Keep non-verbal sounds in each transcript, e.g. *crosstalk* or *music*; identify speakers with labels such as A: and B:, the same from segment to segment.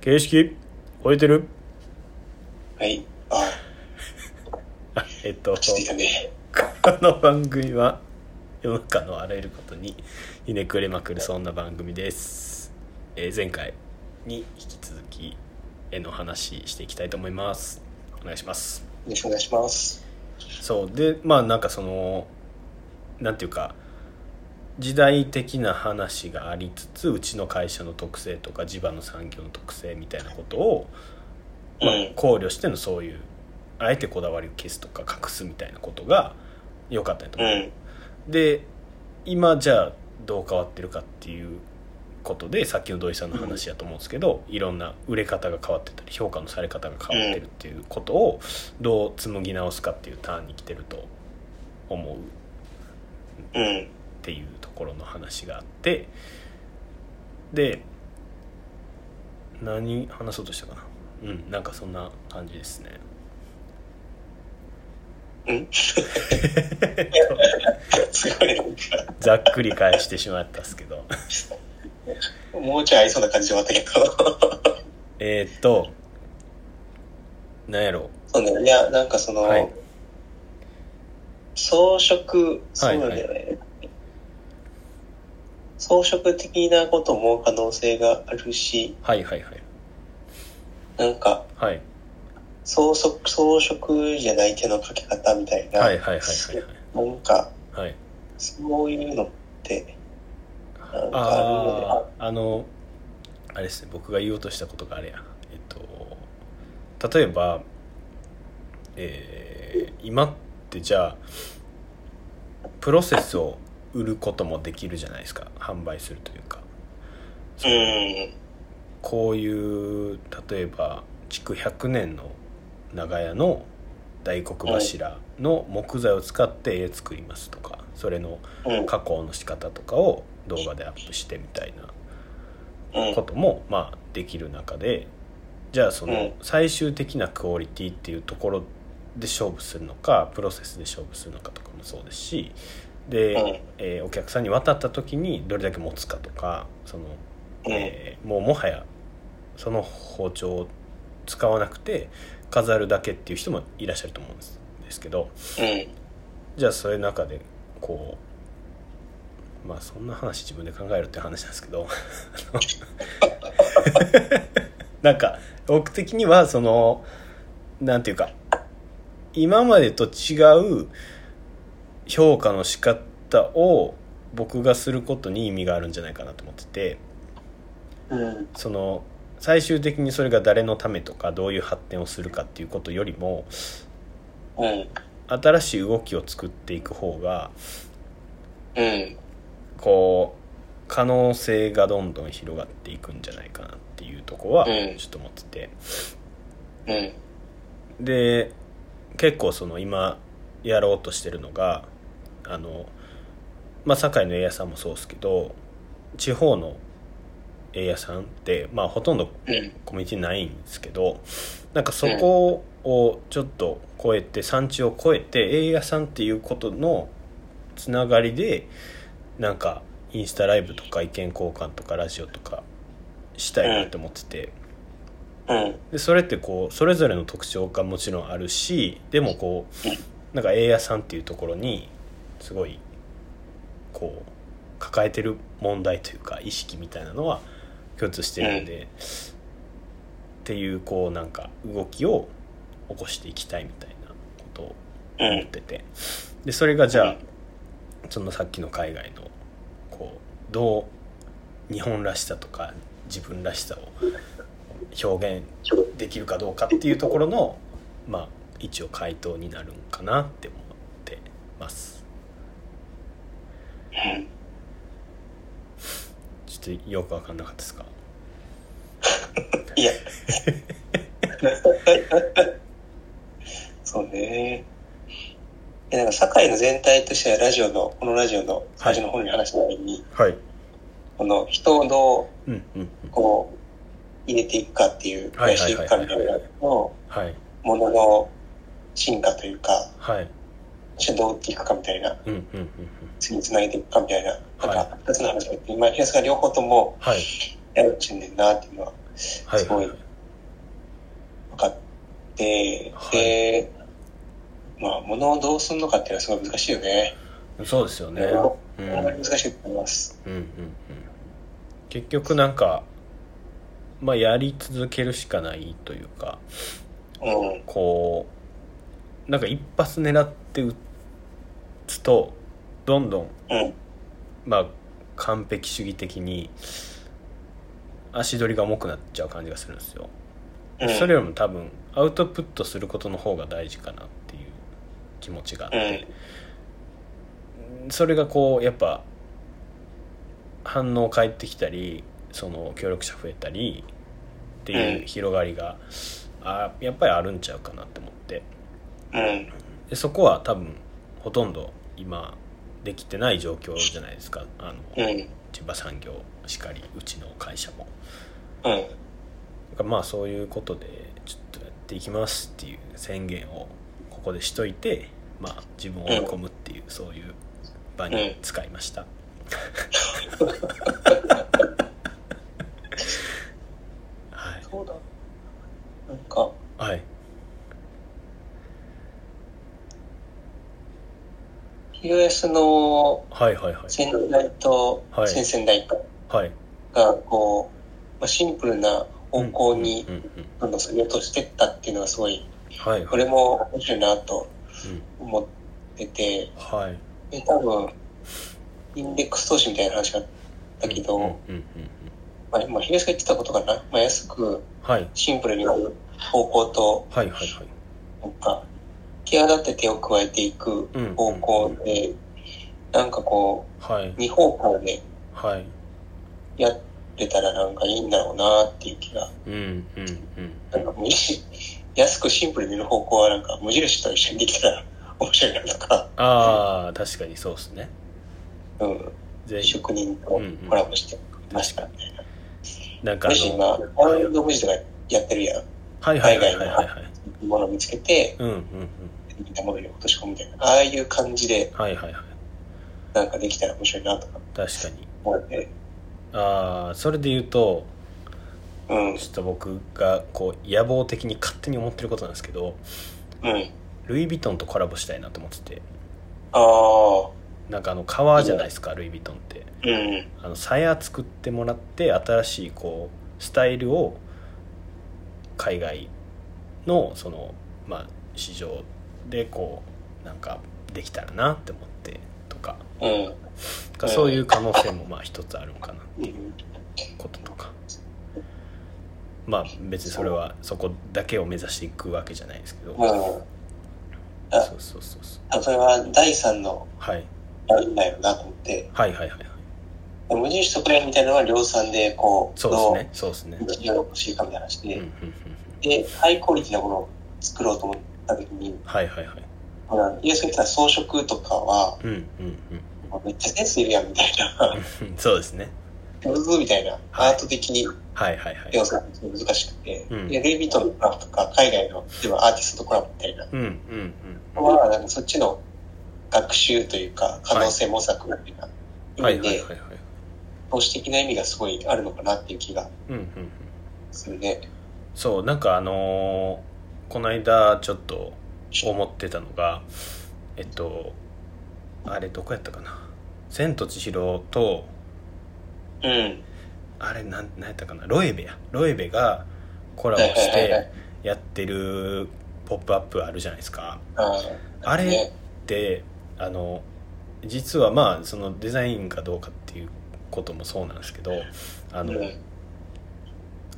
A: 形式超えてる
B: はい。あ、
A: あえっと、こ
B: していたね。
A: の番組は世の中のあらゆることにひねくれまくるそんな番組です。えー前回に引き続き絵の話していきたいと思います。お願いします。
B: よろしくお願いします。
A: そうでまあなんかそのなんていうか時代的な話がありつつうちの会社の特性とか地場の産業の特性みたいなことを、まあ
B: うん
A: 考慮してのそういうあえてこだわりを消すとか隠すみたいなことが良かったんやと
B: う
A: 思う、
B: ん。
A: で今じゃあどう変わってるかっていうことでさっきの土井さんの話やと思うんですけど、いろんな売れ方が変わってたり評価のされ方が変わってるっていうことをどう紡ぎ直すかっていうターンに来てると思うっ
B: うん。
A: ていうところの話があってで何話そうとしたかなうんなんかそんな感じですね
B: *laughs* うん。すごいなんか、
A: ざっくり返してしまったっすけど *laughs*
B: もうちょい合いそうな感じで終わったけ *laughs* ど。
A: えーっとなんやろ
B: そうね。いや、なんかその、
A: はい
B: 装飾、そうなんだよね。装飾的なことも可能性があるし、
A: はいはいはい
B: なんか、
A: はい
B: 装飾、装飾じゃない手のかけ方みたいな、
A: はいはいはいはい
B: なんか、
A: はいはい
B: そういうのって、なんかあるので、
A: あああのあれですね僕が言おうとしたことがあれやえっと例えばえー今ってじゃあプロセスを売ることもできるじゃないですか販売するというかその
B: うん。
A: こういう例えば築100年の長屋の大黒柱の木材を使って絵作りますとかそれの
B: うん。
A: 加工の仕方とかを動画でアップしてみたいな
B: うん
A: こともまあできる中でじゃあそうの
B: ん
A: 最終的なクオリティっていうところで勝負するのかプロセスで勝負するのかとかもそうですしで、
B: うん
A: えーお客さんに渡った時にどれだけ持つかとかその、えーもうもはやその包丁を使わなくて飾るだけっていう人もいらっしゃると思うんですですけど
B: うん。
A: じゃあそういう中でこうまあそんな話自分で考えるって話なんですけどあのなんか僕的にはそのなんていうか今までと違う評価の仕方を僕がすることに意味があるんじゃないかなと思ってて
B: うん。
A: その最終的にそれが誰のためとかどういう発展をするかっていうことよりも
B: うん。
A: 新しい動きを作っていく方が
B: うん。
A: こう可能性がどんどん広がっていくんじゃないかなっていうとこは
B: うん
A: ちょっと思ってて、
B: うん。
A: で結構その今やろうとしてるのがあのまあ堺の絵屋さんもそうですけど地方の絵屋さんってまあほとんど
B: うん。
A: コミュニティないんですけどなんかそこをちょっと超えて産地を超えて映画さんっていうことのつながりでなんかインスタライブとか意見交換とかラジオとかしたいなって思ってて
B: うん。
A: でそれってこうそれぞれの特徴がもちろんあるしでもこうなんか映画さんっていうところにすごいこう抱えてる問題というか意識みたいなのは共通してるんで、っていうこうなんか動きを起こしていきたいみたいなことを
B: う
A: 思っ
B: ん。
A: ててでそれがじゃあ
B: うん
A: そのさっきの海外のこうどう日本らしさとか自分らしさを表現できるかどうかっていうところのまあ一応回答になるんかなって思ってますちょっとよく分かんなかったですか
B: いや。そうね。いや、なんか、堺の全体としては、ラジオの、このラジオの最初の方に話したように、
A: はい
B: この人をど
A: うんうんうん
B: う、こう、入れていくかっていう、増
A: はい
B: や
A: は
B: して
A: い
B: い
A: はい
B: くかみたいなのを、
A: はい
B: ものの進化というか、
A: はい
B: 主導っていくかみたいな、
A: うんうんうんうん
B: 次につないでいくかみたいな、なん
A: は
B: か、二つの話があって、今、平さんが両方とも
A: はい
B: やるっちゅうねんなっていうのは
A: はい
B: すごい、分かって、
A: はい
B: で、まあ、物をどうすんのかっていうのはすごい難しいよね。
A: そうですよねう
B: うんん、あんまり難しいと思います。
A: うんうんうん結局なんかまあやり続けるしかないというか
B: うん。
A: こうなんか一発狙って打つとどんどん
B: うん。
A: まあ完璧主義的に足取りが重くなっちゃう感じがするんですよ、
B: うん。
A: それよりも多分アウトプットすることの方が大事かなっていう気持ちがあって、それがこうやっぱ反応返ってきたりその協力者増えたりっていう広がりが、あやっぱりあるんちゃうかなって思って
B: うん。
A: でそこは多分ほとんど今できてない状況じゃないですかあの、
B: うん。
A: 千葉産業しかりうちの会社も
B: うん。
A: だからまあそういうことでちょっとやっていきますっていう宣言をここでしといてまあ自分を追い込むっていうそういう場に使いました、はい
B: そうだ。なんか、
A: はい
B: US の
A: はいはいはい
B: 先代と
A: はい
B: 先々代か
A: はい
B: が、こう、まあ、シンプルな方向に
A: うんうんうん
B: どんどんそぎ落としてったっていうのはすごい、
A: はい
B: こ
A: はい
B: れも面白いなと
A: うん
B: 思ってて、
A: はい
B: で、多分、インデックス投資みたいな話があったけど、
A: うんうんうんうん
B: まあ、今、ヒゲスが言ってたことかな。まあ、安く
A: はい
B: シンプルに買う方向と、
A: はいはいはい
B: なんか、際立って手を加えていく方向で、なんかこ、
A: はいう
B: 二方向で
A: はい
B: やってたらなんかいいんだろうなっていう気が、
A: うんうんうん
B: なんか無理し、安くシンプルに見る方向はなんか無印と一緒にできたら面白いなとか、
A: ああ確かにそうですね
B: うん、
A: ぜひ
B: 職人とコラボして、確かに。
A: なんかあ
B: 無
A: の
B: 印今、オンラインド無地とかやってるやん。
A: はいはいはいはいはいはい
B: ものを見つけて、
A: うんうんうん
B: みんなものに落とし込むみたいな、ああいう感じで
A: はいはいはい
B: なんかできたら面白いなとか
A: 確かに
B: 思って、
A: ああそれで言うと
B: うん、うん、
A: ちょっと僕がこう野望的に勝手に思ってることなんですけどルイ・ヴィトンとコラボしたいなと思ってて
B: ああ、
A: なんかあの革じゃないですかルイ・ヴィトンって
B: うん、
A: あの鞘作ってもらって新しいこうスタイルを海外のそのまあ市場でこうなんかできたらなって思ってとか
B: うん、
A: なんかそういう可能性もまあ一つあるのかな
B: うん、
A: こととかまあ別にそれはそこだけを目指していくわけじゃないですけど
B: うん、あ
A: そうそうそうそう
B: あそれは第三の
A: はい
B: ラインだよなと思って、
A: はいはいはいはい
B: 無印とこれみたいなのは量産で、こう、
A: そうですねそうですね
B: どう日常欲しいかみたいな話
A: うん
B: で、
A: うんうんうん
B: で、ハイクオリティなものを作ろうと思った時に、
A: はいはいはい
B: ほら、イエスが言ってた装飾とかは、
A: うんうん
B: めっちゃセンスいるやんみたいな、 *laughs*
A: うん *laughs* そうですね
B: 上手みたいな、アート的に
A: はいはいはい
B: 要素が難しくて、
A: うん
B: でルイ・ヴィトンのコラボとか、海外の、例えばアーティストとコラボみたいな
A: うんうんうん
B: のは、なんかそっちの学習というか、可能性模索みたいな
A: は
B: 意
A: い
B: 味
A: はい
B: で
A: は、いはい
B: 投資的な意味がすごいあるのかなっていう気が
A: うんうんうん
B: するね。
A: そうなんかあのーこの間ちょっと思ってたのがえっとあれどこやったかな「千と千尋」と
B: うん。
A: あれなんなんやったかなロエベやロエベがコラボし
B: はいはいはいは
A: てやってる「ポップアップあるじゃないですか
B: あー
A: あれ
B: ね
A: であの実はまあそのデザインかどうかっていうこともそうなんですけどあ
B: うん。
A: の
B: うん。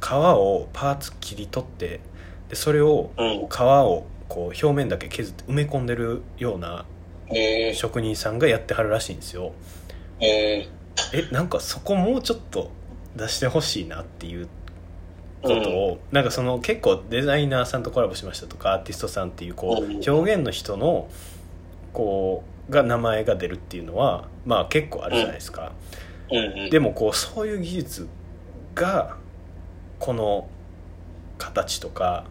A: 皮をパーツ切り取ってでそれを
B: うん。
A: 皮をこう表面だけ削って埋め込んでるような
B: えー、
A: 職人さんがやってはるらしいんですよ
B: え
A: えなんかそこもうちょっと出してほしいなっていう
B: ー、
A: ことを、なんかその結構デザイナーさんとコラボしましたとかアーティストさんっていうこう
B: うん
A: 表現の人のこうが名前が出るっていうのはまあ結構あるじゃないですか、
B: うん。うん。
A: でもこうそういう技術がこの形とか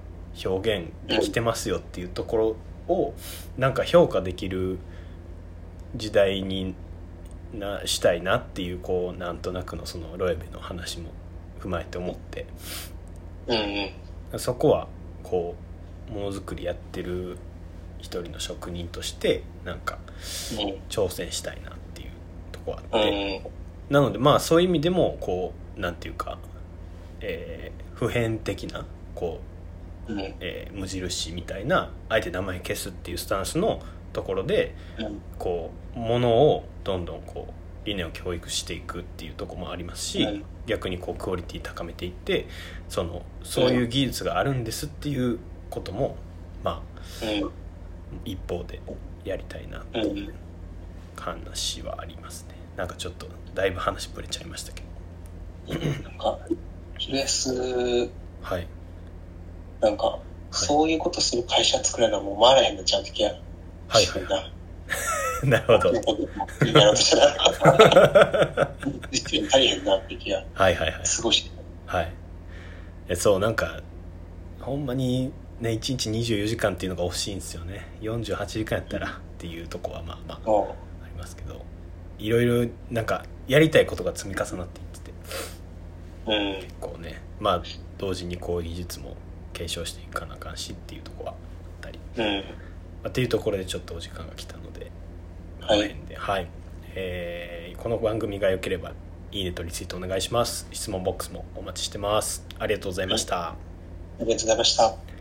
A: 表現できてますよっていうところをなんか評価できる時代になしたいなっていうこうなんとなくのそのロエベの話も踏まえて思って
B: うんうん。
A: そこはこうものづくりやってる一人の職人としてなんか挑戦したいなっていうとこあっ
B: うん。う
A: て、
B: ん。
A: なのでまあそういう意味でもこうなんていうか、えー普遍的なこ
B: うん。
A: う、えー無印みたいなあえて名前消すっていうスタンスのところで
B: うん。
A: こうものをどんどんこう理念を教育していくっていうとこもありますし、
B: うん
A: 逆にこうクオリティ高めていってそのそういう技術があるんですっていうこともまあ一方でやりたいなっていう話はありますね。なんかちょっとだいぶ話ぶれちゃいましたけど。
B: うん。なんか、QS、
A: はい。 *laughs*
B: なんか、そういうことする会社作らなもう回らへんのちゃう時や。
A: はいはいはなるほど。
B: なんか *laughs* やろうとしたら。 *laughs* 実に足りへんなって気が、
A: はいはいはい。
B: すごいしてる。
A: はい。えそう、なんか、ほんまにね、1日24時間っていうのが欲しいんですよね。48時間やったらっていうとこはまあまあ
B: も
A: ありますけど、いろいろなんかやりたいことが積み重なっていってて、
B: う、うん。
A: 結構ね、まあ同時にこう技術も継承していかなあかんしっていうとこはあったり、
B: うん。
A: まあっていうところでちょっとお時間が来たので、こ
B: はい
A: の辺で、はいえーこの番組が良ければいいねとリツイートお願いします質問ボックスもお待ちしてますありがとうございました、
B: ありがとうございました。